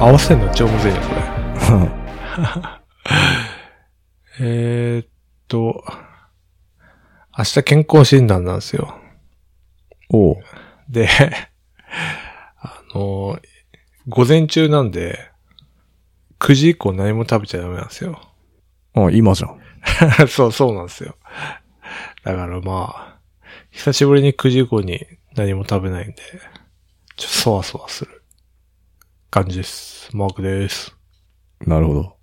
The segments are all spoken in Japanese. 合わせんの超むずいな、これ。えーっと、明日健康診断なんですよ。 おう。で、 あの、午前中なんで、9時以降何も食べちゃダメなんですよ。 あ、今じゃん。そう、そうなんですよ。だからまあ、久しぶりに9時以降に何も食べないんで、ちょっとそわそわする感じです。マークです。なる ほど。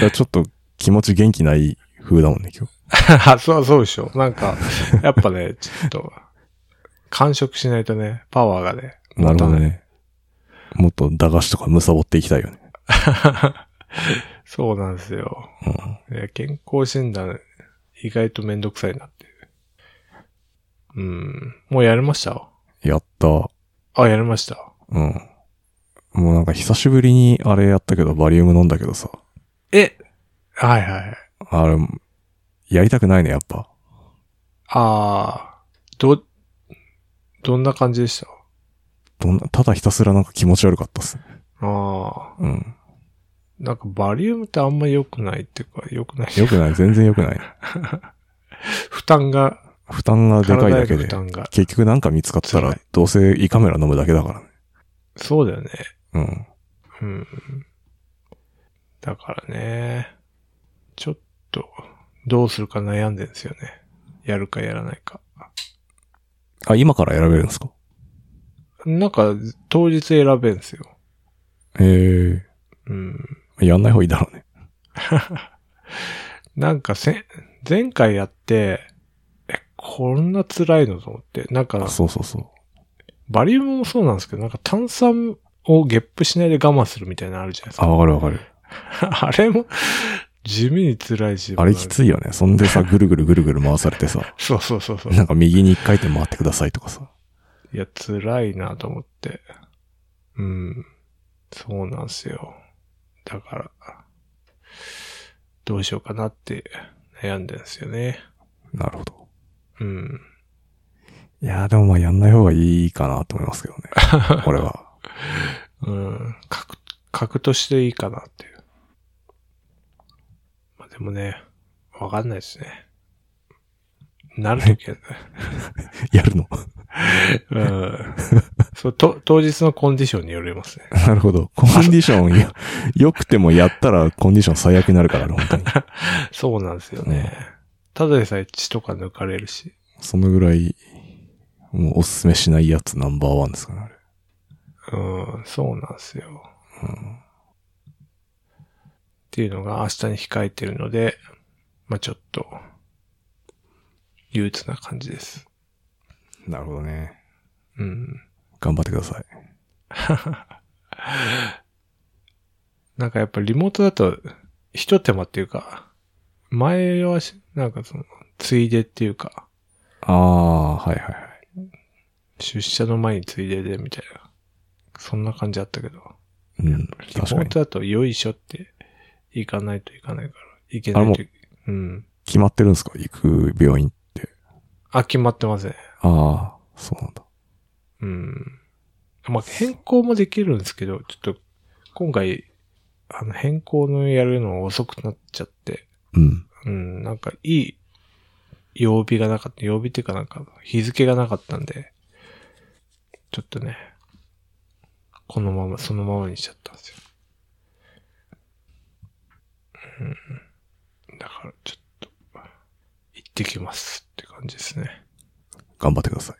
いやちょっと気持ち元気ない風だもんね、今日。 あそう、そうでしょ。なんか、やっぱね、 ちょっと、完食しないとね、パワーがね。なるほど持ね。もっと駄菓子とか貪っていきたいよね。たない。そうなんですよ。うん。いや健康診断、意外とめんどくさいなっていう。うん。もうやりましたやった。あ、やりました。うん。もうなんか久しぶりにあれやったけど、バリウム飲んだけどさ。えはいはいはい。あれ、やりたくないね、やっぱ。あー、ど、どんな感じでしたどんな、ただひたすらなんか気持ち悪かったっすね。あうん。ー、なんかバリウムってあんま良くないっていうか、良くない。よくない、全然よくない。負担が、負担がでかいだ体けへの負で。担が。結局なんか見つかった辛らい、どうせ胃カメラ飲むだけだからね。そうだよね。うん。うん。だからね、ちょっと、どうするか悩んでんですよね。やるかやらないか。あ、今から選べるんですかなんか、当日選べんすよ。ええうん。やんない方がいいだろうね。なんかせ、前回やって、え、こんな辛いのと思って。なんか、そうそうそう。バリウムもそうなんですけど、なんか炭酸をゲップしないで我慢するみたいなのあるじゃないですあ、か。わかるわかる。 あれも、地味に辛いし。あれきい。ついよね。そんでさ、ぐるぐるぐるぐる回されて さ、そうそうそうそう。なんか右に一回転回ってくださいとかさ。いや、辛いなと思って。うん。そうなんすよ。だから、どうしようかなって悩んでんすよね。なるほど。うん。いやーでもまあやんない方がいいかなと思いますけどね。 これは。うん。格、格としていいかなっていう。まあ、でもね、わかんないですね。なるとき は、やるの。うん。そう、と、当日のコンディションによりますね。 なるほど。コンディションよ、良くてもやったらコンディション最悪になるからね、本当に。そうなんですよね。ただでさえ血とか抜かれるし。そのぐらい、もうおすすめしないやつナンバーワンですからね、うん、そうなんですよ。あれ。うん。っていうのが明日に控えてるので、まあ、ちょっと、憂鬱な感じです。なるほどね。うん。頑張ってください。なんかやっぱリモートだと、一手間っていうか、前はし、なんかその、ついでっていうか、ああ、はいはいはい。出社の前についででみたいな、そんな感じあったけど、うん、リモ確かーに。トだとよいしょって、行かないといかないから、行けあないもとい、うん。決まってるんですか行く病院って。あ、決まってません。ああ、そうなんだ。うん。まあ、変更もできるんですけど、ちょっと、今回、あの、変更のやるの遅くなっちゃって、うん。うん、なんかいい曜日がなかった、曜日っていうかなんか日付がなかったんで、ちょっとね、このまま、そのままにしちゃったんですよ。うん。だからちょっと、行ってきますって感じですね。頑張ってください。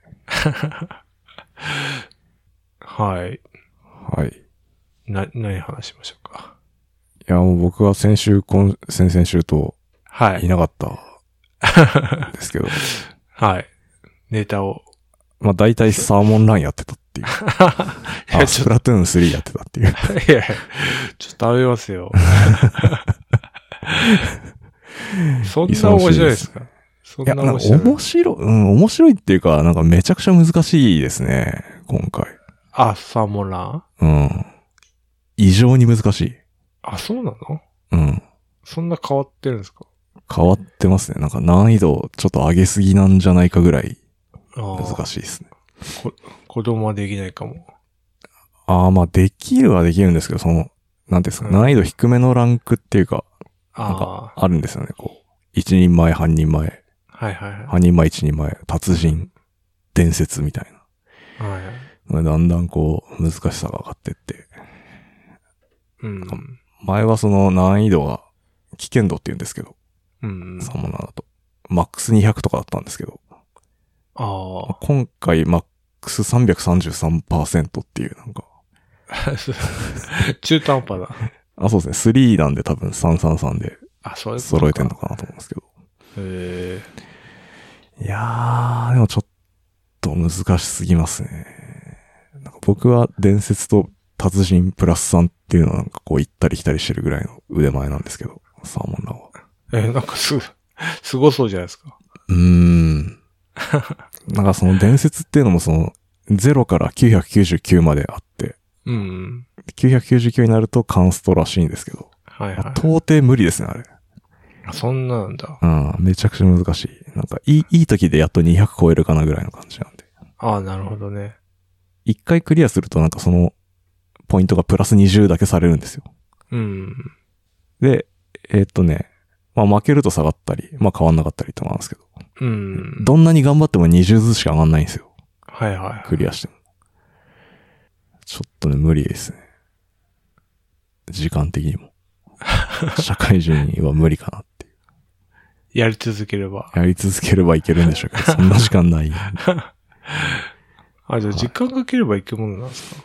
はい。はい。いな、何話しましょうか。や、もう僕は先週、今、先々週とはいい。なかった んですけど、はい。ネタを。まあ大体サーモンランやってたっ ていう。いや、あ、ちスょっプラトゥーン3やってたっていう。と、いやいやちょっと食べますよ。 そんな面白いですかそんいや、ななん面か白い。面白い、うん、面白いっていうか、なんかめちゃくちゃ難しいですね、今回。あ、サーモンランうん。異常に難しい。あ、そうなのうん。そんな変わってるんですか変わってますね。なんか難易度ちょっと上げすぎなんじゃないかぐらいあー難しいですね。子供はできないかも。ああ、まあ、できるはできるんですけど、その、なんていうんですか、うん難易度低めのランクっていうか、なんあかあ。あるんですよね、こう。一人前、半人前、はいはいはい。半人前、一人前、達人、伝説みたいはい。な。だんだんこう、難しさが上がってって。うん。前はその難易度が、危険度って言うんですけど、うん。サモナーだと。マックス200とかだったんですけど、あまあ今回マックス333%っていうなんか、あ。 中途半端だ。あ、そうですね、3なんで多分333であ、そういうことか揃えてんのかなと思うんですけど。へいやー、でもちょっと難しすぎますね。なんか僕は伝説と達人プラスさんっていうのはなんかこう行ったり来たりしてるぐらいの腕前なんですけど、サーモンラーは。え。え、なんかすご、すごそうじゃないですか。うーん。 なんかその伝説っていうのもその0から999まであって、うん。 999になるとカンストらしいんですけど、はいまあは到底無理ですね、あれ。い。そんななんだ。うん、めちゃくちゃ難しい。なんかいい、いい時でやっと200超えるかなぐらいの感じなんで。ああ、なるほどね。一回クリアするとなんかその、ポイントがプラス20だけされるんですよ。うん。で、えーっとね、まあ負けると下がったり、まあ変わんなかったりとかなんですけど、うん。どんなに頑張っても20ずつしか上がんないんですよ。はいはクリアしても。ちょっとね、無理ですね。時間的 にも。社会人には無理かなっていう。い。やり続ければ。やり続ければいけるんでしょうけど、そんな時間ない。うあ、じゃあはい時間かければいけるものなんですか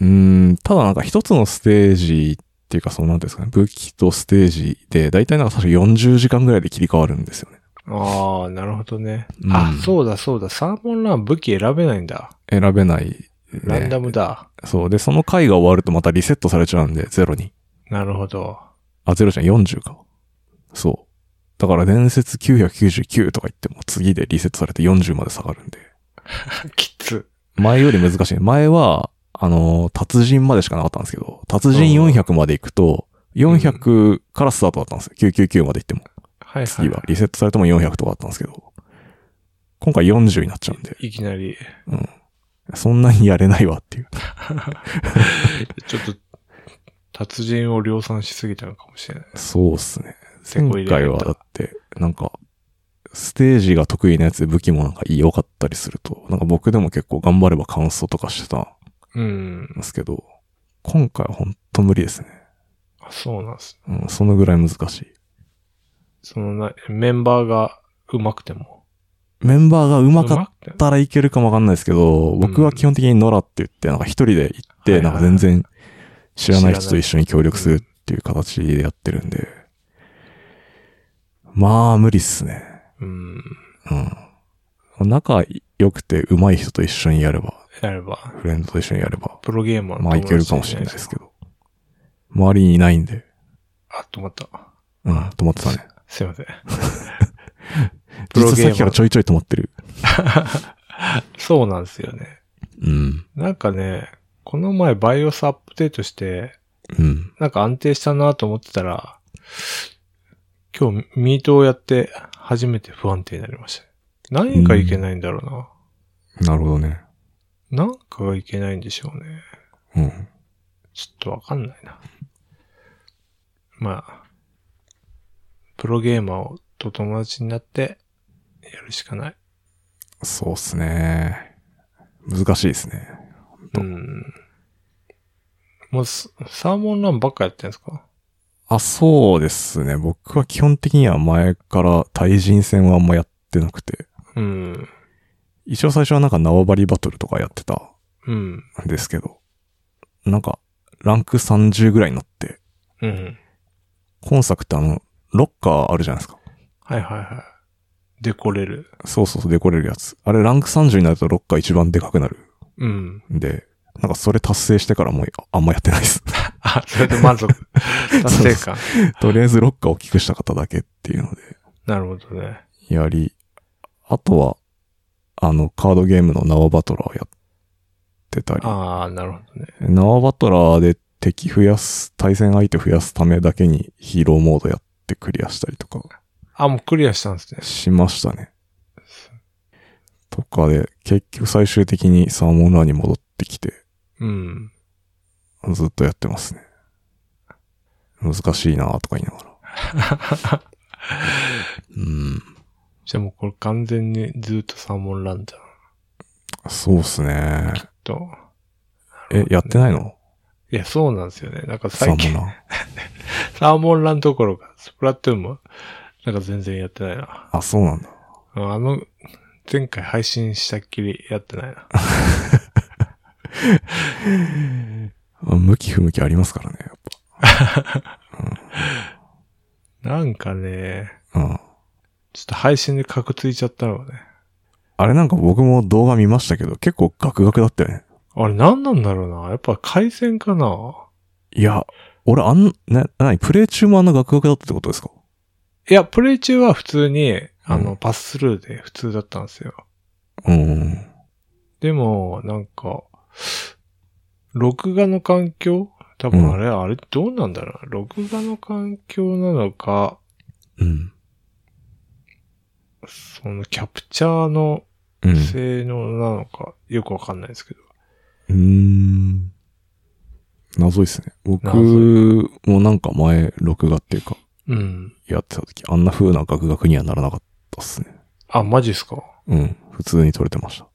ーん、ただなんか一つのステージっていうか、そのなんていうんですかね、武器とステージで、だいたいなんか確か40時間ぐらいで切り替わるんですよね。ああ、なるほどね。うんあ、そうだそうだ。サーモンラン武器選べないんだ。選べない、ねランダムだ。そう。で、その回が終わるとまたリセットされちゃうんで、ゼロに。なるほど。あ、ゼロじゃん、40か。そう。だから伝説999とか言っても次でリセットされて40まで下がるんで。きつ。前より難しい。前は、あのー達人までしかなかったんですけど、達人400まで行くと、400からスタートだったんですよ。999まで行っても。はいはい次は。リセットされても400とかだったんですけど、今回40になっちゃうんで、いきなり。 うん。そんなにやれないわっていう。ちょっと、達人を量産しすぎたのかもしれない。そうっすね。セ前コ入れら回れたはだって、なんか、ステージが得意なやつで武器もなんか良かったりすると、なんか僕でも結構頑張れば感想とかしてたんうん。ですけど、今回はほんと無理ですね。あそうなんです。うん、そのぐらい難しい。そのな、メンバーが上手くても。メンバーが上手かっくても。たらいけるかもわかんないですけど、僕は基本的にノラって言って、なんか一人で行って、はいはないんか全然知らない人と一緒に協力するっていう形でやってるんで、まあ無理っすね。うん。うん。仲良くて上手い人と一緒にやれば、やれば、フレンドと一緒にやれば、プロゲーマーまあい友け達るかもしれないですけど。ど。周りにいないんで、あ、止まった。うん、止まってたね。すいません。 プ 実ロはゲーマーさっきからちょいちょい止まってる。そうなんですよね。うん。なんかね、この前バイオスアップデートして、うん。なんか安定したなと思ってたら、今日ミートをやって初めて不安定になりました。何がいけないんだろうなるほどね。な。なんかがいけないんでしょうね。うん。ちょっとわかんないな。まあ、プロゲーマーと友達になってやるしかない。そうっすね。難しいですね。うん。もうスサーモンランばっかやってんですかあ、そうですね。僕は基本的には前から対人戦はあんまやってなくて。うん。一応最初はなんか縄張りバトルとかやってたうん。んですけど、なんか、ランク30ぐらいになって、うん。今作ってあの、ロッカーあるじゃないですか。はいはいはい。でこれる。そうそうそう、デコれるやつ。あれ、ランク30になるとロッカー一番でかくなるうん。んで、なんかそれ達成してからもうああんまやってないです。あ、それで満足。 達成感。とりあえずロッカーを大きくした方だけっていうので、なるほどね。やり、あとは、あの、カードゲームの縄バトラーやってたり、ああ、なるほどね。縄バトラーで敵増やす、対戦相手増やすためだけにヒーローモードやってクリアしたりとかあ、もうクリアしたんですね。しましたね。とかで、結局最終的にサーモンラーに戻ってきて、うん。ずっとやってますね。難しいなとか言いながら。 うん。じゃあもうこれ完全にずっとサーモンランじゃん。そうっすね。と。え、やってないのいや、そうなんですよね。なんかサーモ最ン近、ラン。サーモンランどころか、スプラトゥーンも、なんか全然やってないな。あ、そうなんだ。あの、前回配信したっきりやってないな。まあ向き不向きありますからね、やっなんかね、ぱ。うん。ちょっと配信でカクついちゃったのがね。あれなんか僕も動画見ましたけど、結構ガクガクだったよね。あれ何なんだろうな。やっぱ回線かないや、俺あん、な、なに、プレイ中もあんなガクガクだったってことですかいや、プレイ中は普通に、あうの、んパススルーで普通だったんですよ。うん。でも、なんか、録画の環境多分あれ、あれどうなんだろうな。録画の環境なのか、うん。そのキャプチャーのうん。性能なのか、よくわかんないですけど。うーん。謎いっすね。僕謎もなんか前、録画っていうか、うん。やってた時、あんな風なガクガクにはならなかったっすね。あ、マジっすか。うん。普通に撮れてました。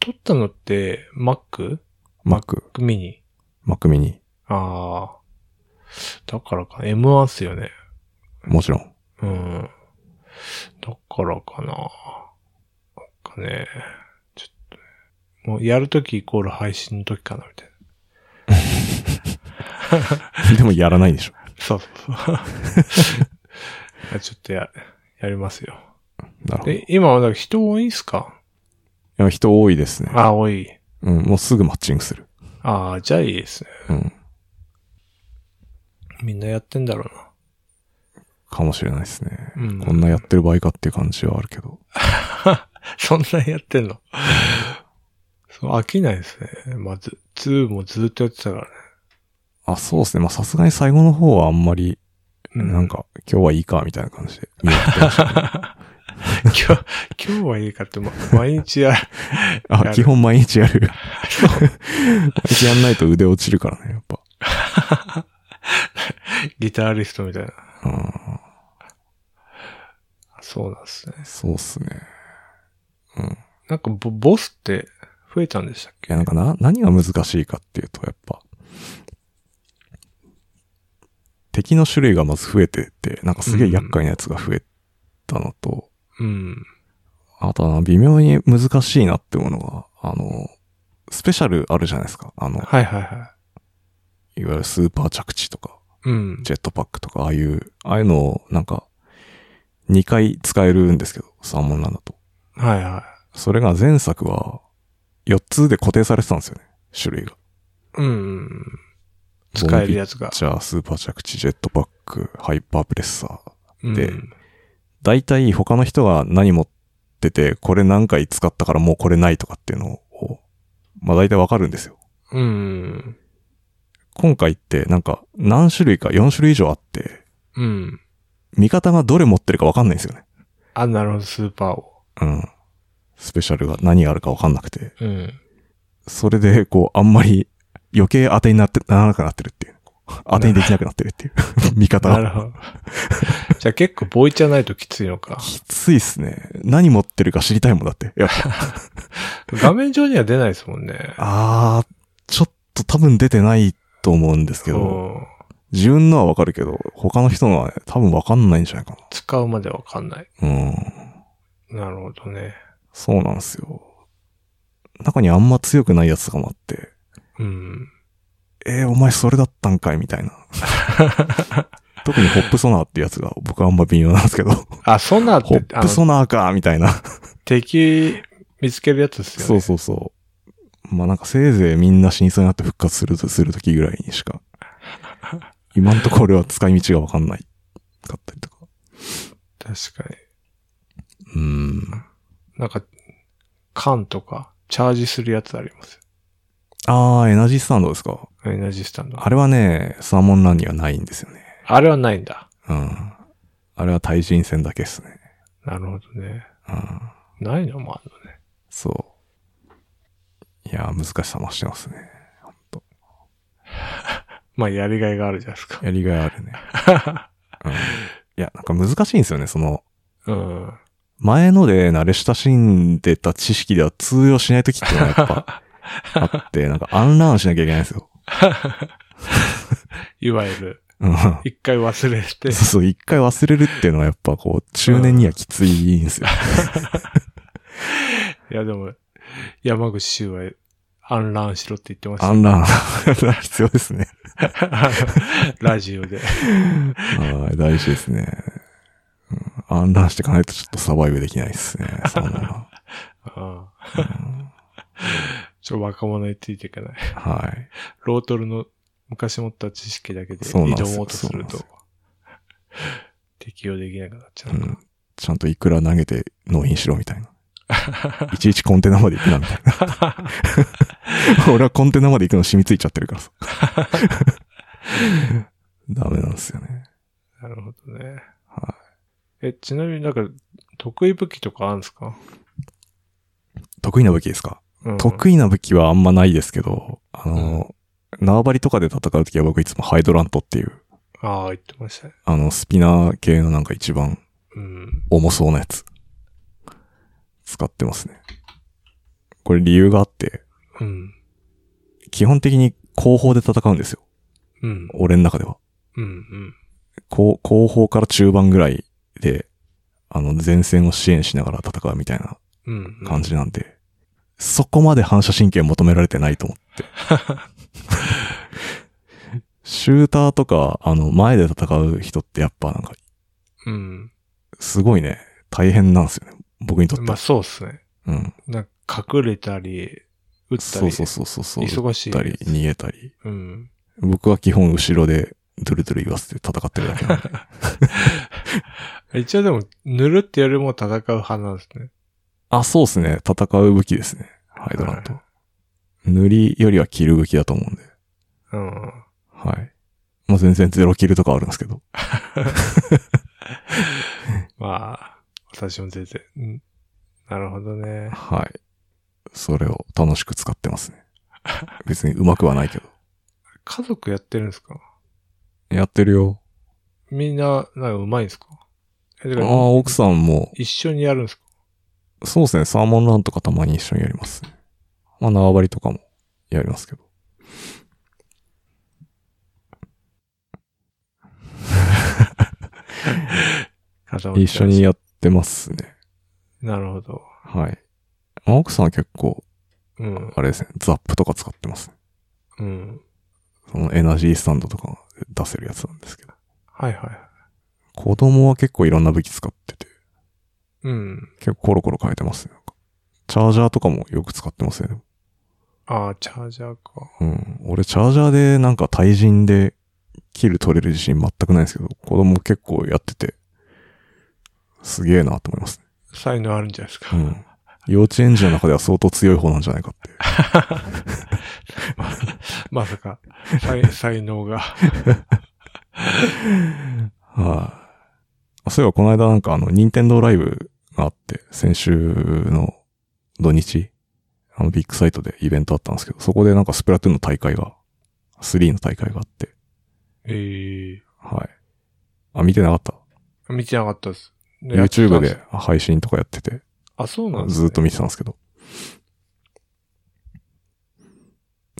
撮ったのって、Mac? Mac、 Mac mini? Mac mini。ああ。だからか、M1 っすよね。もちろん。うん。だからかな。なんかね、ちょっと、もうやるときイコール配信のときかな、みたいな。でもやらないでしょ。そう そうそう。ちょっとや、やりますよ。なるほど。いえ、今はだから人多いんすかや、人多いですね。あ、多い。うん。もうすぐマッチングする。ああ、じゃあいいですね。うん。みんなやってんだろかもしれないですね。うな。うん。こんなやってる場合かっていう感じはあるけど。そんなやってんのそう、飽きないですね。まず、2もずっとやってたからね。あ、そうですね。まあ、さすがに最後の方はあんまり、うなんか、今日はいいか、みたいな感じで。 見なくてました今日、今日はいいかって、ま、毎日やる。やあ、る基本毎日 やる。毎日やんないと腕落ちるからね、やっぱ。ギタリストみたいな。うん。そうなんですね。そうっすね。なんかボ、ボスって増えたんでしたっいけや、なんかな、何が難しいかっていうと、やっぱ、敵の種類がまず増えてって、なんかすげえ厄介なやつが増えたのと、うん。あとは、微妙に難しいなってものが、あの、スペシャルあるじゃないですか。あの、はいはいはいわゆるスーパー着地とか、い。うん。ジェットパックとか、ああいう、ああいうのを、なんか、2回使えるんですけど、サーモンランだと。はいはそれが前作は、4つで固定されてたんですよね。種類が。い。うん。使えるやつが。じゃあ、スーパー着地、ジェットパック、ハイパープレッサー。うんで大体他の人が何持ってて、これ何回使ったからもうこれないとかっていうのを、まあ大体わかるんですよ。うん。今回ってなんか何種類か4種類以上あって、うん。味方がどれ持ってるかわかんないんですよね。あ、なるほど、スーパーを。うん。スペシャルが何があるかわかんなくて。うん。それで、こう、あんまり余計当てになって、ならなくなってるっていう。当てにできなくなってるって いう。味 方なが。るほど。じゃあ結構ボイチャないときついのか。きついっすね。何持ってるか知りたいもんだって。やっぱ画面上には出ないですもんね。あー、ちょっと多分出てないと思うんですけど、うん自分のはわかるけど、他の人のはね、多分わかんないんじゃないか使うまでわかんない。な。うん。なるほどね。そうなんですよ。中にあんま強くないやつとかもあって、うん。えー、お前それだったんかいみ たいな。特にホップソナーってやつが僕はあんま微妙なんですけど、あ、ソナホーって、ッあプの、ソナーかみたいな。敵見つけるやつですよそねう。そうそう。まあなんかせいぜいみんな死にそうになって復活するとするときぐらいにしか、今んところ俺は使い道がわかんないかったりとか。確かに。うーん。なんか、缶とか、チャージするやつありますあー、エナジースタンドですか。よ。エナジースタンド。あれはね、サーモンランにはないんですよね。あれはないんだ。うん。あれは対人戦だけっすね。なるほどね。うん。ないのもあるのね。そう。いやー、難しさ増してますね。まあ、やりがいがあるじゃないですか。やりがいあるね。うん、いや、なんか難しいんですよね。その、うん。前ので慣れ親しんでた知識では通用しないときっていうのはやっぱあって、なんかアンラーンしなきゃいけないんですよ。いわゆる、うん。そ一回忘れてう、そう、一回忘れるっていうのはやっぱこう、中年にはきついんですよ。いやでも、山口周は、アンランしろって言ってましアたね。ン ラーン、必要ですね。 ラジオで。はい、大事ですね。うん、アンラーンしていかないとちょっとサバイブできないですね。そうなのは。うんうんちょ、若者についていかない。はい。ロートルの昔持った知識だけでそうなんで挑すよもうとするとそ、 適用できなくなっちゃうう。ん。ちゃんといくら投げて納品しろみたいな。 いちいちコンテナまで行くなみた いな。俺はコンテナまで行くの染みついちゃってるからさ。 ダメなんですよね。なるほどね。はえ、ちなみになんか、得意武器とかあるんですか、得意な武器ですか、うん、得意な武器はあんまないですけど、あの、縄張りとかで戦うときは僕いつもハイドラントっていう、ああ、言ってましたね。あの、スピナー系のなんか一番うん。重そうなやつ。使ってますね。これ理由があって、うん。基本的に後方で戦うんですよ。うん。俺の中では。うん。うん。後後方から中盤ぐらいで、あの、前線を支援しながら戦うみたいなうん。感じなんで、そこまで反射神経求められてないと 思って。シューターとか、あの、前で戦う人ってやっぱなんか、うん。すごいね、大変なんですよね。僕にとってまあ、は。そうっすね。うん。なんか隠れたり、撃ったそうり、そうそうそうそう。忙し撃い。ったり、逃げたり。うん。僕は基本後ろで、ドゥルドゥル言わせて戦ってるだけなん で。一応でも、塗るってよりも戦う派なんですね。あ、そうですね。戦う武器ですね。ハイドラント。は塗りよりは切る武器だと思うんで。うん。はい。まあ、全然ゼロキルとかあるんですけど。まあ、私も全然。うん。なるほどね。はい。それを楽しく使ってます ね。別に上手くはないけど。家族やってるんですかやってるよ。みんな、なんかうまいんですかえ、だあかあ、ら、奥さんも、一緒にやるんですかそうですね。サーモンランとかたまに一緒にやりますね。まあ、縄張りとかもやりますけど。一緒に。やってますね。なるほど。はい。まあ奥さんは結構、うん。あれですね、ザップとか使ってますね。うん。そのエナジースタンドとか出せるやつなんですけど。はいはい。子供は結構いろんな武器使ってて、うん。結構コロコロ変えてますね。なんかチャージャーとかもよく使ってますよね。ああ、チャージャーか。うん。俺、チャージャーでなんか対人でキル取れる自信全くないんですけど、子供結構やってて、すげえなと思いますね。才能あるんじゃないですか。うん。幼稚園児の中では相当強い方なんじゃないかって。まさか、 才才能が。はい、あ。そういえばこの間なんかあの、任天堂ライブがあって、先週の土日、あのビッグサイトでイベントあったんですけど、そこでなんかスプラトゥーンの大会が、3の大会があって、ええはい。あ、見てなかった。見てなかったです。ね YouTube。やってたんです配信とかやってて、あ、そうなんです、ずね、ーっと見てたんですけど。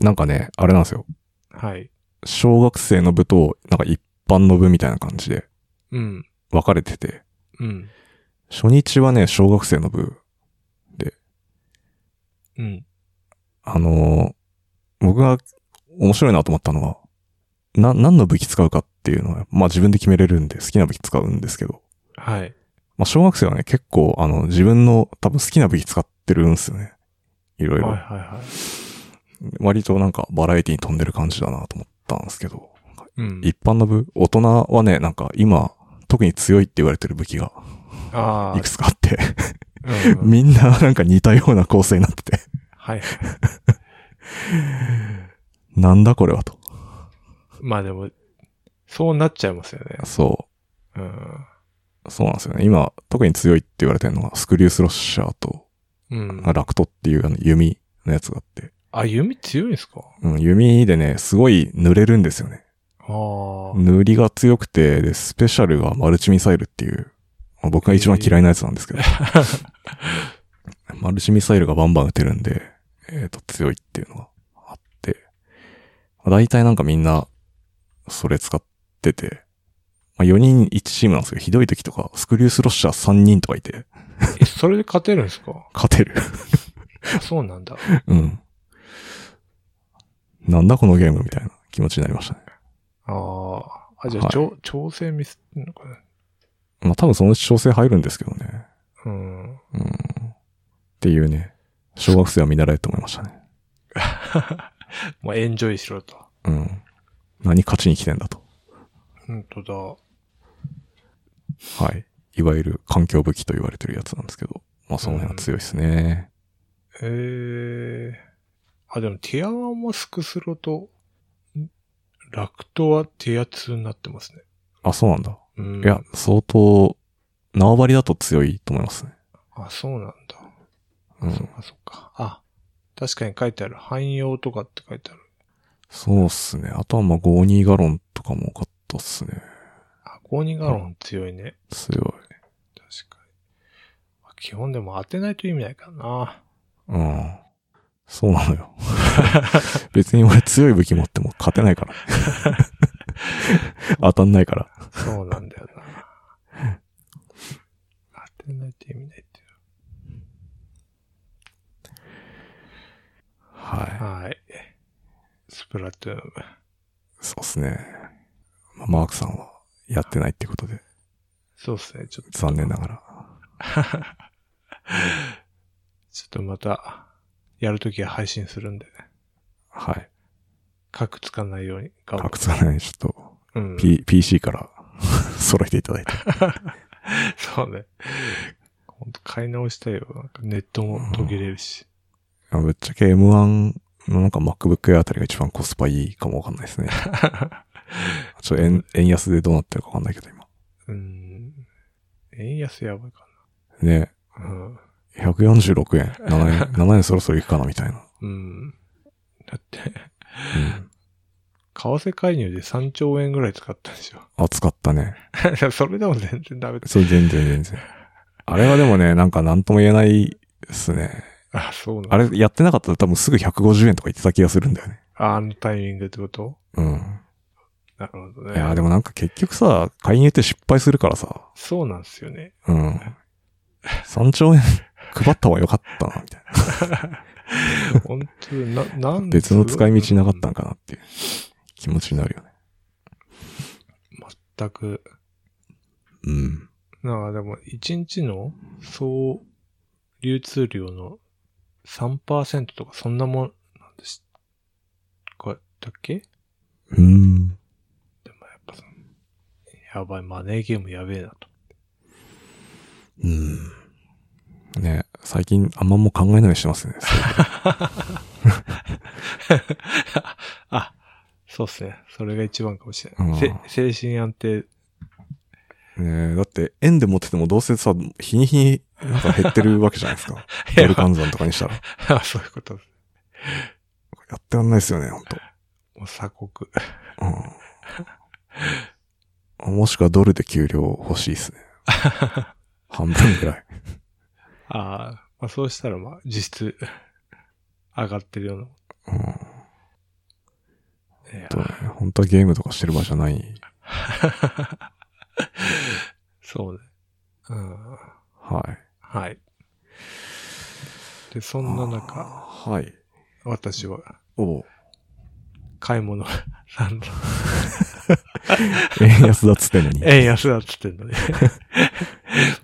なんかね、あれなんですよ。はい。小学生の部と、なんか一般の部みたいな感じでうん。分かれてて、うん。初日はね、小学生の部、うん。あのー僕が面白いなと思ったのは、な、何の武器使うかっていうのは、まあ自分で決めれるんで、好きな武器使うんですけど、はい。まあ小学生はね、結構、あの、自分の多分好きな武器使ってるんですよね。いろいはいはいろ。はい。割となんかバラエティに飛んでる感じだなと思ったんですけど、うん。一般の部、大人はね、なんか今、特に強いって言われてる武器がああいくつかあって、うんうん みんななんか似たような構成になってて、はい。 なんだこれはと。まあでも、そうなっちゃいますよね。そう。うん。そうなんですよね。今、特に強いって言われてるのが、スクリュースロッシャーと、うん。ラクトっていうあの弓のやつがあって、あ、弓強いんですかうん、弓でね、すごい濡れるんですよね。ああ。塗りが強くて、で、スペシャルがマルチミサイルっていう、まあ僕が一番嫌いなやつなんですけど。マルチミサイルがバンバン撃てるんで、えっ、と、強いっていうのがあって、まあ、大体なんかみんな、それ使ってて、まあ、4人1チームなんですけど、ひどい時とか、スクリュースロッシャー3人とかいて、 え、それで勝てるんですか勝てる。あそうなんだ。うん。なんだこのゲームみたいな気持ちになりましたね。ああ。あ、じゃあ、はい調調整ミスってんのかなまあ多分そのうち調整入るんですけどね。うん。うん。っていうね、小学生は見習えと思いましたね。まあ、エンジョイしろと。うん。何勝ちに来てんだと。本当はい。いわゆる環境武器と言われてるやつなんですけど。まあその辺は強いですね。だ。ええあ、でも、ティア1もスクスロと、んラクトはティア2になってますね。あ、そうなんだ。うん。いや。、相当、縄張りだと強いと思いますね。あ、そうなんだ。うんそっ。かそっか。あ、確かに書いてある。汎用とかって書いてある。そうっすね。あとはまあ52ガロンとかも多かったっすね。あ、コーニガロン強いね。強い。確かに。まあ基本でも当てないと意味ないからな。うん。そうな のよ。別に俺強い武器持っても勝てな いから。当たんないから。そうなんだよな。当てないと意味ないっていはう。はい。スプラトゥーン。い。そうっすね。まあマークさんはやってないってことで、そうですね。ちょっと、残念ながら。ちょっとまた、やるときは配信するんでね。はい。核つかないように頑張る。格差ない、ちょっと、うん。 P、PC から 揃えていただいて。そうね。ほんと買い直したいよ。なんかネットも途切れるし。あぶっちゃけ M1 のなんか MacBook Air あたりが一番コスパいいかもわかんないですね。ちょっと円円安でどうなってるかわかんないけど今。うん。円安やばいかねな。うん。 146円。7円、7円そろそろいくかなみたいな。うん。だって、うん。為替介入で3兆円ぐらい使ったでしょ。暑かったね。 それでも全然ダメだ。そう、全然全然。あれはでもね、なんかなんとも言えないっすね。あ、そうなあのれやってなかったら多分すぐ150円とか言ってた気がするんだよね。ああのタイミングってことうん。なるほどいや、ね。でもなんか結局さ、介入って失敗するからさ。そうなんですよ ね。うん。3兆円配った方が良かったな、みたいな。本当にな、なん別の使い道なかったんかなっていう気持ちになるよね。全く。うん。なあ、でも、1日の総流通量の3%とか、そんなもん、なんでし、これ、だっけうん。でもやっぱさ、やばい、マネーゲームやべえなと。うん。ね最近あんまもう考えないようにしてますね。 あ、そうっすね。それが一番かもしれうなんい。せ精神安定。ねえ、だって円で持っててもどうせさ、日に日になんか減ってるわけじゃ ないですか。ドル換算とかにしたら。 あそういうことです。やってらんないですよね、ほんと。もう鎖国。うん。もしくはドルで給料欲しいですね。 半分ぐらい。ああ、まあそうしたらまあ実質上がってるようなもうん。ん。いやとね、本当はゲームとかしてる場合じゃない。そうね。うん。はい。はい。で、そんな中、あーはい。私は おう買い物、なんだ円安だっつってんのに。円安だっつってんのに。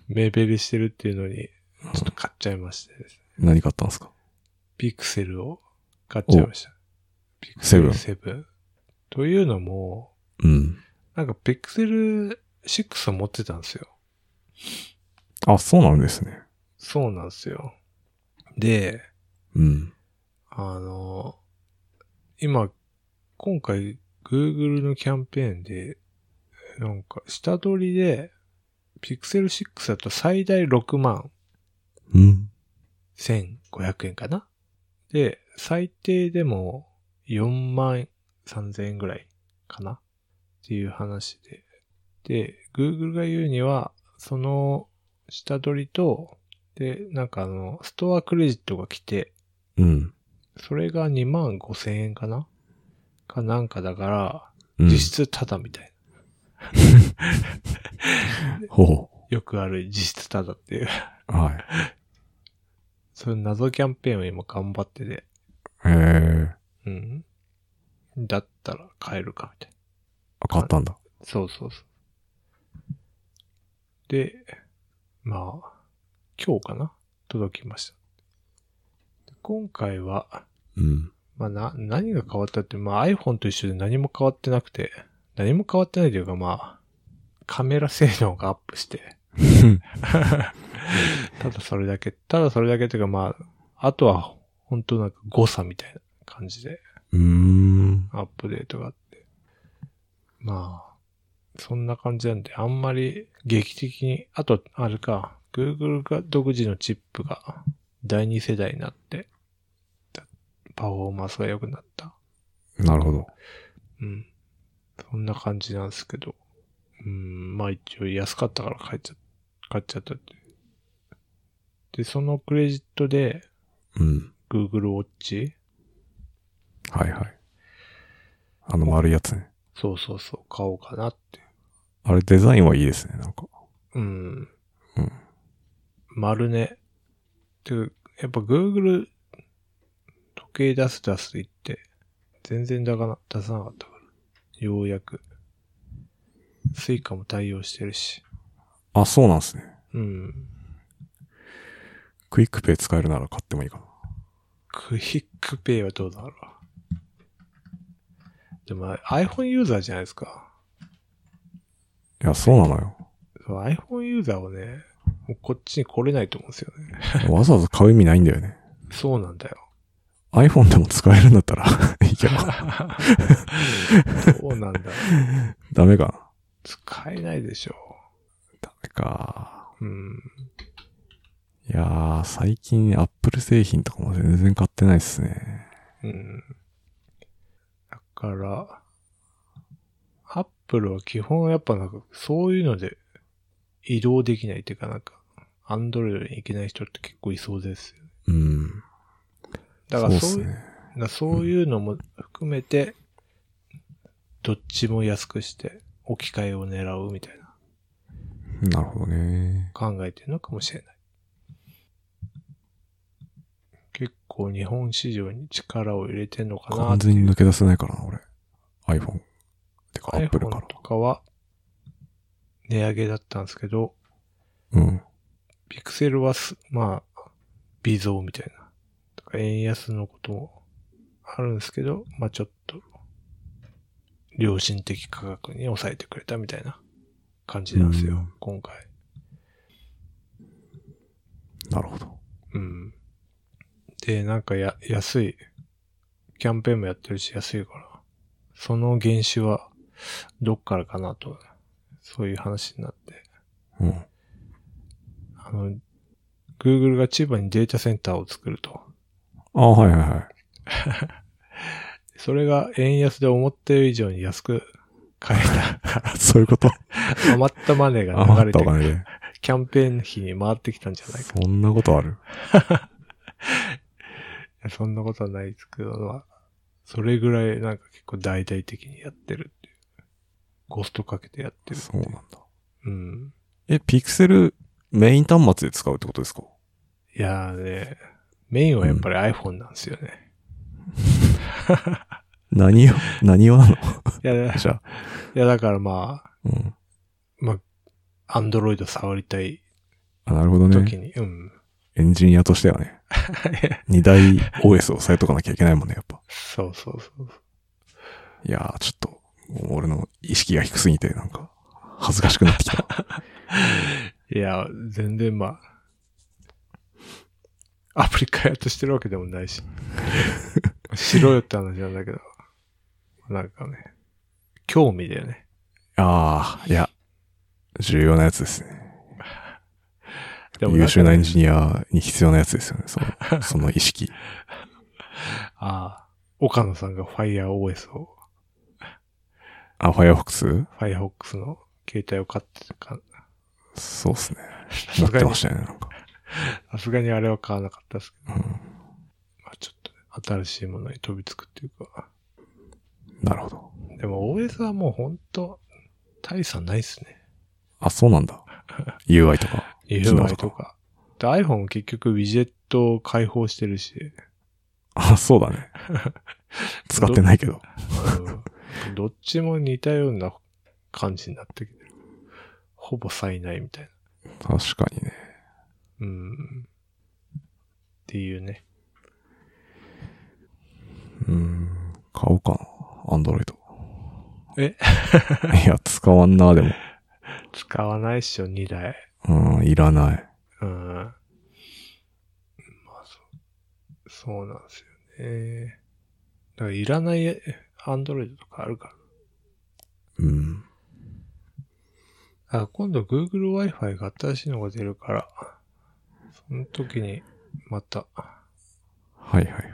目減りしてるっていうのに、ちょっと買っちゃいましてですね何買ったんですかピクセルを買っちゃいました。ピクセル7。というのも、うん。なんかピクセル6を持ってたんですよ。あ、そうなんですね。そうなんですよ。で、うん。あの、今、今回、Google のキャンペーンで、なんか、下取りで、Pixel 6だと最大6万うん。 1500円かなで、最低でも4万3000円ぐらいかなっていう話で。で、Google が言うには、その下取りと、で、なんかあの、ストアクレジットが来て、うん。それが2万5千円かなかなんかだから、うん実質タダみたいな。ほよくある実質タダっていう。 う。はい。そういう謎キャンペーンを今頑張ってて。へえ。うん。だったら買えるか、みたいな。あ、買ったんだ。そうそうそう。で、まあ、今日かな届きました。で今回は、うん。まあな、何が変わったって、まあ iPhone と一緒で何も変わってなくて、何も変わってないというかまあ、カメラ性能がアップして、ただそれだけ、ただそれだけというかまあ、あとは本当なんか誤差みたいな感じでうーん。アップデートがあって。まあ、そんな感じなんで、あんまり劇的に、あと、あれか、Google が独自のチップが第二世代になって、パフォーマンスが良くなった。なるほど。うん。そんな感じなんですけど。うん、まあ一応安かったから買っちゃ、買っちゃったって。で、そのクレジットでうん。 Google Watch? はいはい。あの丸いやつね。そうそうそう、買おうかなって。あれデザインはいいですね、なんか。うん。うん。丸ね。てかやっぱ Google 時計出す出す言って、全然出かな出さなかったから。ようやく。スイカも対応してるし。あ、そうなんですね。うん。クイックペイ使えるなら買ってもいいかな。クイックペイはどうだろう。でも iPhone ユーザーじゃないですか。いや、そうなの よ。そう iPhone ユーザーをね、もうこっちに来れないと思うんですよね。わざわざ買う意味ないんだよね。そうなんだよ。 iPhone でも使えるんだったら いい けど、そうなんだよ。ダメかな。使えないでしょ。ダメか。うん。いやー、最近 Apple 製品とかも全然買ってないっすね。うん。だから、アップルは基本やっぱなんかそういうので移動できないっていうかなんか、アンドロイドに行けない人って結構いそうですよね。うん。だからそそういうっうすね。なそういうのも含めて、どっちも安くして置き換えを狙うみたいななるほどね。考えてるのかもしれない。結構日本市場に力を入れてんのかな完全に抜け出せないからな、俺。iPhone。てか Apple から iPhone。とかは値上げだったんですけど、うん。ピクセルはす、まあ、微増みたいな。とか円安のこともあるんですけど、まあちょっと、良心的価格に抑えてくれたみたいな感じなんですよ、うん今回。なるほど。うん。で、なんかや、安い、キャンペーンもやってるし安いから、その原資はどっからかなと、そういう話になって。うん。あの、Google が千葉にデータセンターを作ると。あはいはい はい。それが円安で思った以上に安く買 えそういうこと。た余ったマネーが流余っれたてお、金で。キャンペーン費に回ってきたんじゃないか。そんなことあるそんなことはないですけど、まあそれぐらいなんか結構大々的にやってるっていう。コストかけてやってるってそういなんう。だ。うん。え、ピクセルメイン端末で使うってことですかいやーね、メインはやっぱり iPhone なんですよね。何を、何をな のいや、いじゃあ。やだからまあ、うん。まあ、Android 触りたいあ、なるほどね。時に、うん。エンジニアとしては ね。二大 OS を押さえとかなきゃいけないもんね、やっぱ。そうそうそう。いやー、ちょっと、俺の意識が低すぎて、なんか、恥ずかしくなっ てきた。いや、全然まあ、アプリ開発してるわけでもないし。しろよって話なんだけど。なんかね、興味だよね。あー、いや、重要なやつですね。でも優んか秀なエンジニアに必要なやつですよね、そ の、その意識。ああ、岡野さんが FireOS をあ、Firefox? Firefox の携帯を買ってか、そうっすね。持さっすがてにま、したよね、なんか。さすがにあれは買わなかったですけど、うんまあちょっとね、新しいものに飛びつくっていうか。なるほど。でも OS はもうほんと、大差ないっすね。あ、そうな んだ。UI とか。機能 UI と。か。で iPhone も結局ウィジェットを開放してるし、あ、そうだね。使ってないけど。うん どっちも似たような感じになってきてる。ほぼ差異ないみたいな。確かにね。うん。っていうね。うーん。買おうかな。アンドロイド。え いや、使わんな、でも。使わないっしょ、2台。うん、いらない。うん。まあ、そう。そうなんですよね。だから、いらないアンドロイドとかあるから。うん。あ、今度 Google Wi-Fi が新しいのが出るから、その時に、また、はいはいはい。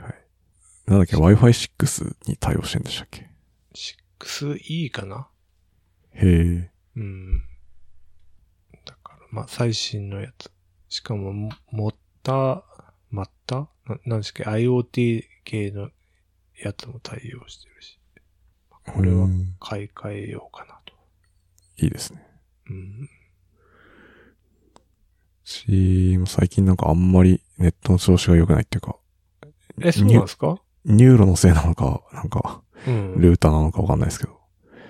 なんだっけ、Wi-Fi6 に対応してんでしたっけ 6E かなへえ。うん。だから、まあ、最新のやつ。しかも、も持った、まったななんですか ?IoT 系のやつも対応してるし、これは買い替えようかなと。いいですね。うん。うちも最近なんかあんまりネットの調子が良くないっていうか、え、そうなんですかニューロのせいなのか、なんか、うん。ルーターなのかわかんないですけど、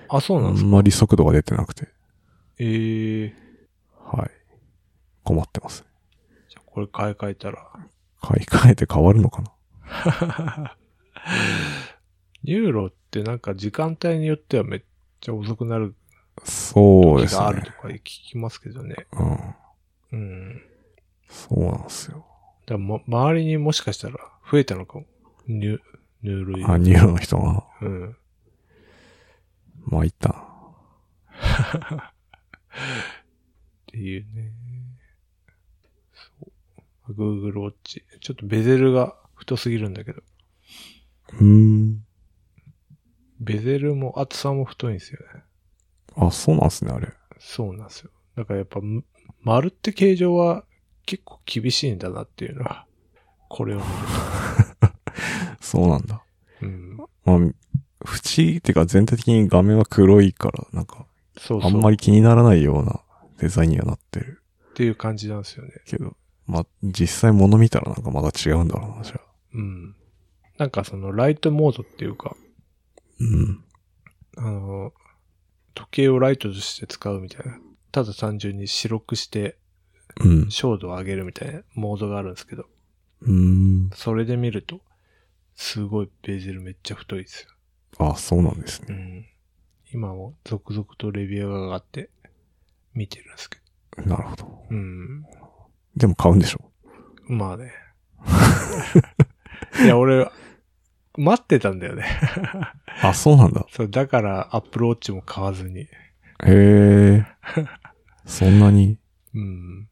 あ、そうあなんんですかまり速度が出てなくて、えー。はい。困ってます。じゃあこれ買い替えたら。買い替えて変わるのかなニューロってなんか時間帯によってはめっちゃ遅くなるそう時ですがあるねと。か聞きますけどね。うん。うん。そうなんですよ。だからも周りにもしかしたら増えたのかも。ニュ、ニューロイあ、ニューロの人が、うん。まあ、いったな。っていうね。そう。Google Watch。ちょっとベゼルが太すぎるんだけど。うーん。ベゼルも厚さも太いんですよね。あ、そうなんですね、あれ。 そうなんですよ。だからやっぱ、む丸って形状は結構厳しいんだなっていうのは、これを見るそうなんだ。と。うん。まあ、縁っていうか全体的に画面は黒いから、なんか、そうそう。あんまり。り気にならないようなデザインにはなってるっていう感じなんですよね。けど、まあ、実際物見たらなんかまだ違うんだろうな、じゃあ。うん。なんかそのライトモードっていうか、うん。あの、時計をライトとして使うみたいな。ただ単純に白くして、うん。照度を上げるみたいなモードがあるんですけど、うーん。それで見ると、すごいベーゼルめっちゃ太いですよ。あ、そうなんですうね。ん。今も続々とレビューが上がって、見てるんですけど。なるほど。うん。でも買うんでしょまあね。 いや、俺、待ってたんだよね。あ、そうなんだ。そう、だから、アップルウォッチも買わずに。へえ。そんなに。うん。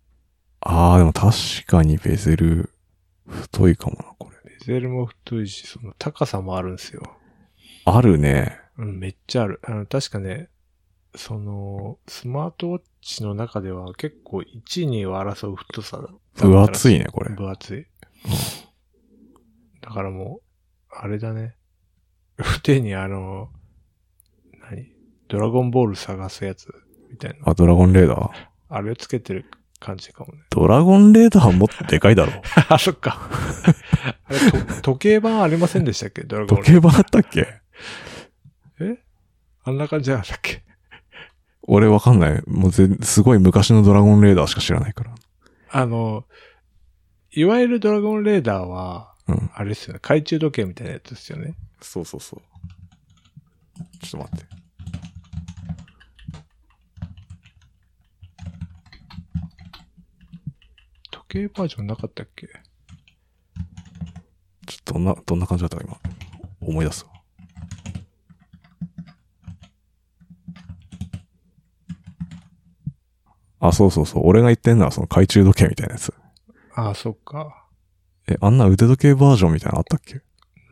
ああ、でも確かにベゼル、太いかもな、これ。ベゼルも太いし、その高さもあるんですよ。あるね。うん、めっちゃある。あの、確かね、その、スマートウォッチの中では結構1、2を争う太さだった分厚いね、ここれ。分厚い。だからもう、あれだね。腕にあの、何ドラゴンボール探すやつみたいな。あ、ドラゴンレーダーあれをつけてる感じかもね。ドラゴンレーダーもっとでかい だろ。 あ、そっか。あれ、と時計版ありませんでしたっけドラゴンボール時計版あったっけあんな感じじゃなかったっけ俺わかんない。もう全、すごい昔のドラゴンレーダーしか知らないから。あの、いわゆるドラゴンレーダーは、うん。あれですよね、懐中時計みたいなやつですよね。そうそうそう。ちょっと待って。時計バージョンなかったっけちょっとどんな、どんな感じだったか今。思い出すわ。あ、そうそうそう。俺が言ってんのはその懐中時計みたいなやつ。ああ、そっか。え、あんな腕時計バージョンみたいなのあったっけ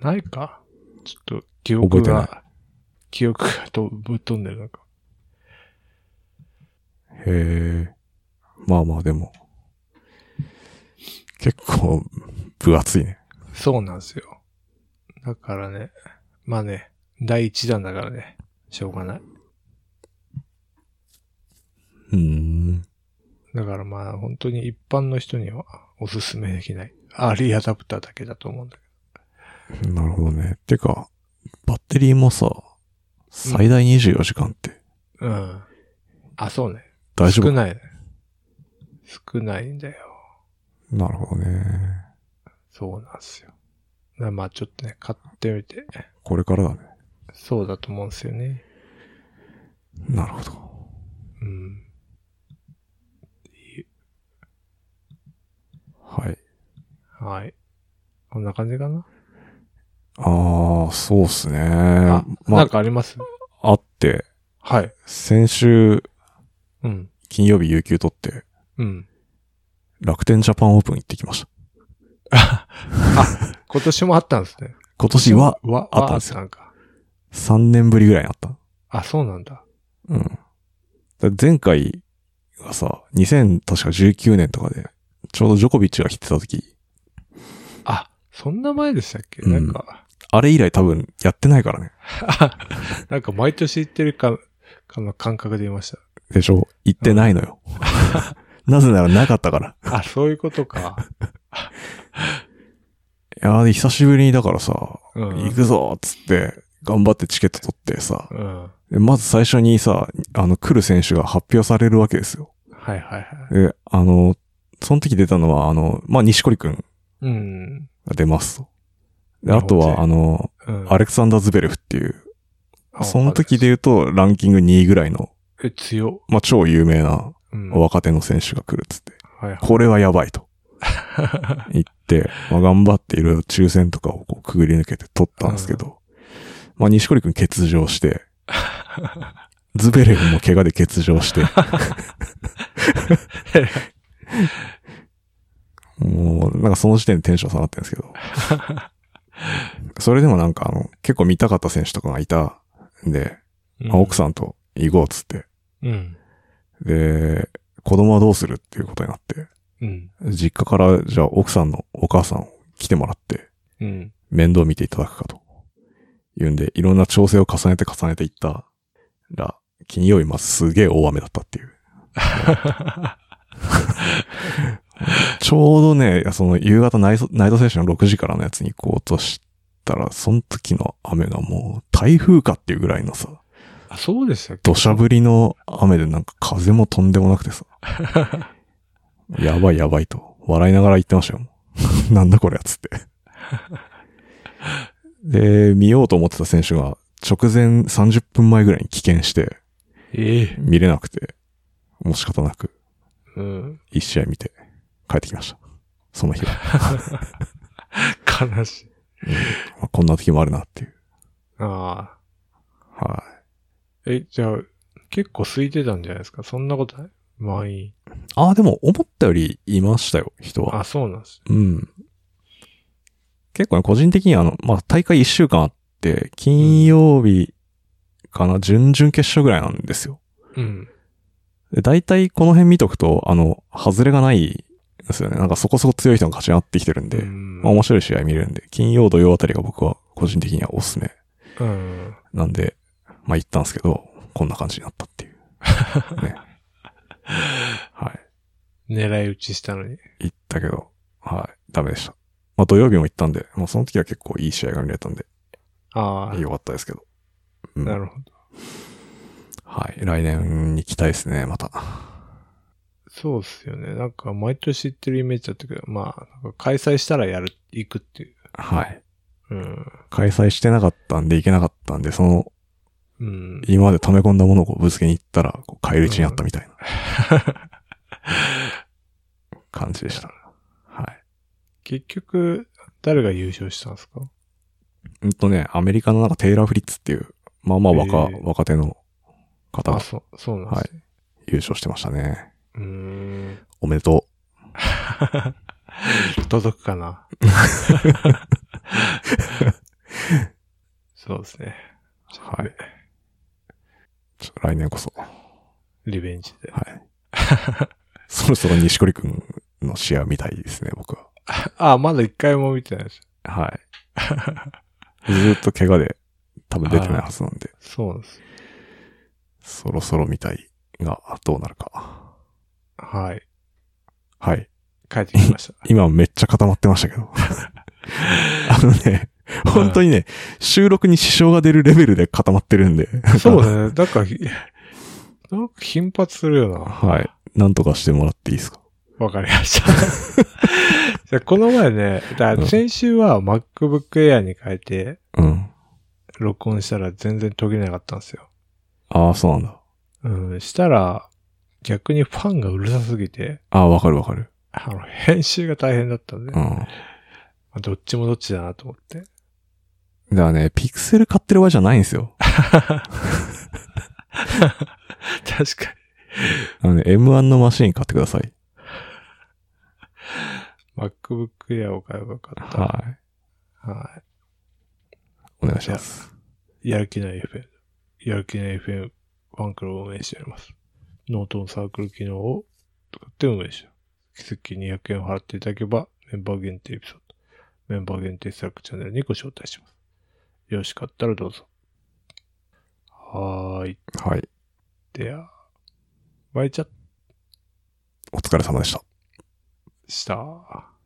ないか。ちょっと、記憶覚えてが記憶がとぶっ飛んでる、なんか。へえ。まあまあでも。結構、分厚いね。そうなんですよ。だからね、まあね、第一弾だからね、しょうがない。うーん。だからまあ本当に一般の人にはおすすめできない。アーリーアダプターだけだと思うんだけなるほどね。てか、バッテリーもさ、最大24時間ってど。うん。あ、そうね。大丈夫、少ないね。少ないんだよ。なるほどね。そうなんですよ。だからまあちょっとね、買ってみて、これからだね。そうだと思うんですよね。なるほど。うん。はい。はい。こんな感じかなああ、そうっすね。あ、まなんかありますあ、あって、はい。先週、うん。金曜日有給取って、うん。楽天ジャパンオープン行ってきました。今年もあったんですね。今年は、わ、ああっったたんんですよなんか。 3年ぶりぐらいになった。あ、そうなんだ。うん。だから前回はさ、2000、確か19年とかで、ちょうどジョコビッチが来てた時、あ、そんな前でしたっけ、うんなんか、あれ以来多分やってないからね。なんか毎年行ってるか、かの感覚でいました。でしょ行ってないのよ。なぜならなかった から。あ、そういうこと か。いやーで久しぶりにだからさ、うん。行くぞーっつって、頑張ってチケット取ってさ、うん。はでまず最初にさ、あの、来る選手が発表されるわけですよ。いはいはい。で、あの、その時出たのは、あの、まあ、西堀くんうん。が出ますと。で、日あ本と勢は、あの、うん、アレクサンダー・ズベレフっていう、あその時で。言うと、ランキング2位ぐらいの、え、強。まあ、超有名なうん。はい若手の選手が来るっつって、はい。これはやば いと言って、まあ、頑張っていろいろ抽選とかをこうくぐり抜けて取ったんですけど、まあ、西堀くん欠 場して、ズベレフも怪我で欠場 して、もう、なんかその時点でテンション下がってるんで すけど。それでもなんかあの、結構見たかった選手とかがいたんで、うまあ奥さんと行こうっつって。ん。うん。で、子供はどうするっていうことになって、うん。実家からじゃあ奥さんのお母さんを来てもらって、うん。面倒見ていただくかと。言うんで、いろんな調整を重ねて重ねていったら、金曜日まずすげえ大雨だったっていう。ちょうどね、その夕方ナイトナイトセッション6時からのやつに行こうとしたら、その時の雨がもう台風かっていうぐらいのさ、あ、そうでしたっけ土砂降りの雨でなんか風もとんでもなくて さ、やばいやばいと、笑いながら言ってましたよ。 なんだこれやつって。で、見ようと思ってた選手が直前30分前ぐらいに棄権して、ええ見れなくて、もう仕方なくうん。一試合見て帰ってきました。その日は。悲しい。まあこんな時もあるなっていう。ああ。はえ、じゃあ、結構空いてたんじゃないですかそんなことない満員。い。ああ、でも思ったよりいましたよ、人は。あ、そうなんです。うん。結構ね、個人的にあの、まあ、大会1週間あって、金曜日かな、準々決勝ぐらいなんですよ。うん。で、大体この辺見とくと、あの、外れがないんですよね。なんかそこそこ強い人が勝ち上がってきてるんで、うんまあ、面白い試合見れるんで、金曜土曜あたりが僕は個人的にはおすすめうん。なんで、まあ、行ったんですけど、こんな感じになったっていう。ね。はい。狙い撃ちしたのに。行ったけど、はい、ダメでした。まあ、土曜日も行ったんで、もうその時は結構いい試合が見れたんで、あ良かったですけど。あ、うんなるほど。はい。来年に期待ですね、また。そうっすよね。なんか、毎年行ってるイメージだったけど、まあ、なんか開催したらやる、行くっていう。はい。うん。開催してなかったんで、行けなかったんで、その、うん。今まで溜め込んだものをこうぶつけに行ったら、こう、帰り討ちにあったみたいな感じでした。はい。結局、誰が優勝したんですかうんとね、アメリカのなんかテイラー・フリッツっていう、まあまあ若、えー若手の方あ、がそう、そうなんですね。優勝してましたね。うーん。おめでと届くか なそうですね。う。はい。来年こそ。リベンジで。はい。 そろそろ西堀くんの試合を見たいですね、僕は。あ、まだ一回も見てないです。はい。 ずっと怪我で多分出てないはずな んで、そうなんです。そろそろ見たいがどうなるか。はい。はい。帰ってきました。今めっちゃ固まってましたけど。 あのね、本当にね、収録に支障が出るレベルで固まってるんで。 そうだね。なんか、ひなんか頻発するよな。 はい。なんとかしてもらっていいですかわかりま した。じゃあこの前ね、だから先週は MacBook Air に変えてうん。録音したら全然途切れなかったんですよ。ああ、そうなんだ。うん、したら逆にファンがうるさすぎて、ああ、わかるわかる。あの、編集が大変だったんで、うまん。あどっちもどっちだなと思って。だからね、ピクセル買ってる場合じゃないんですよ。確かあのね、M1 のマシン買ってください。に。MacBook Air を買えばよかった。は。はいい。お願いします。やる気ない FM。やる気ない FM ファンクラブを運営しております。ノートのサークル機能を使って運営しております。月々200円を払っていただければ、メンバー限定エピソード、メンバー限定スラックチャンネルにご招待します。よろしかったらどうぞ。はーい。はい。では、バイチャッお疲れ様でした。した。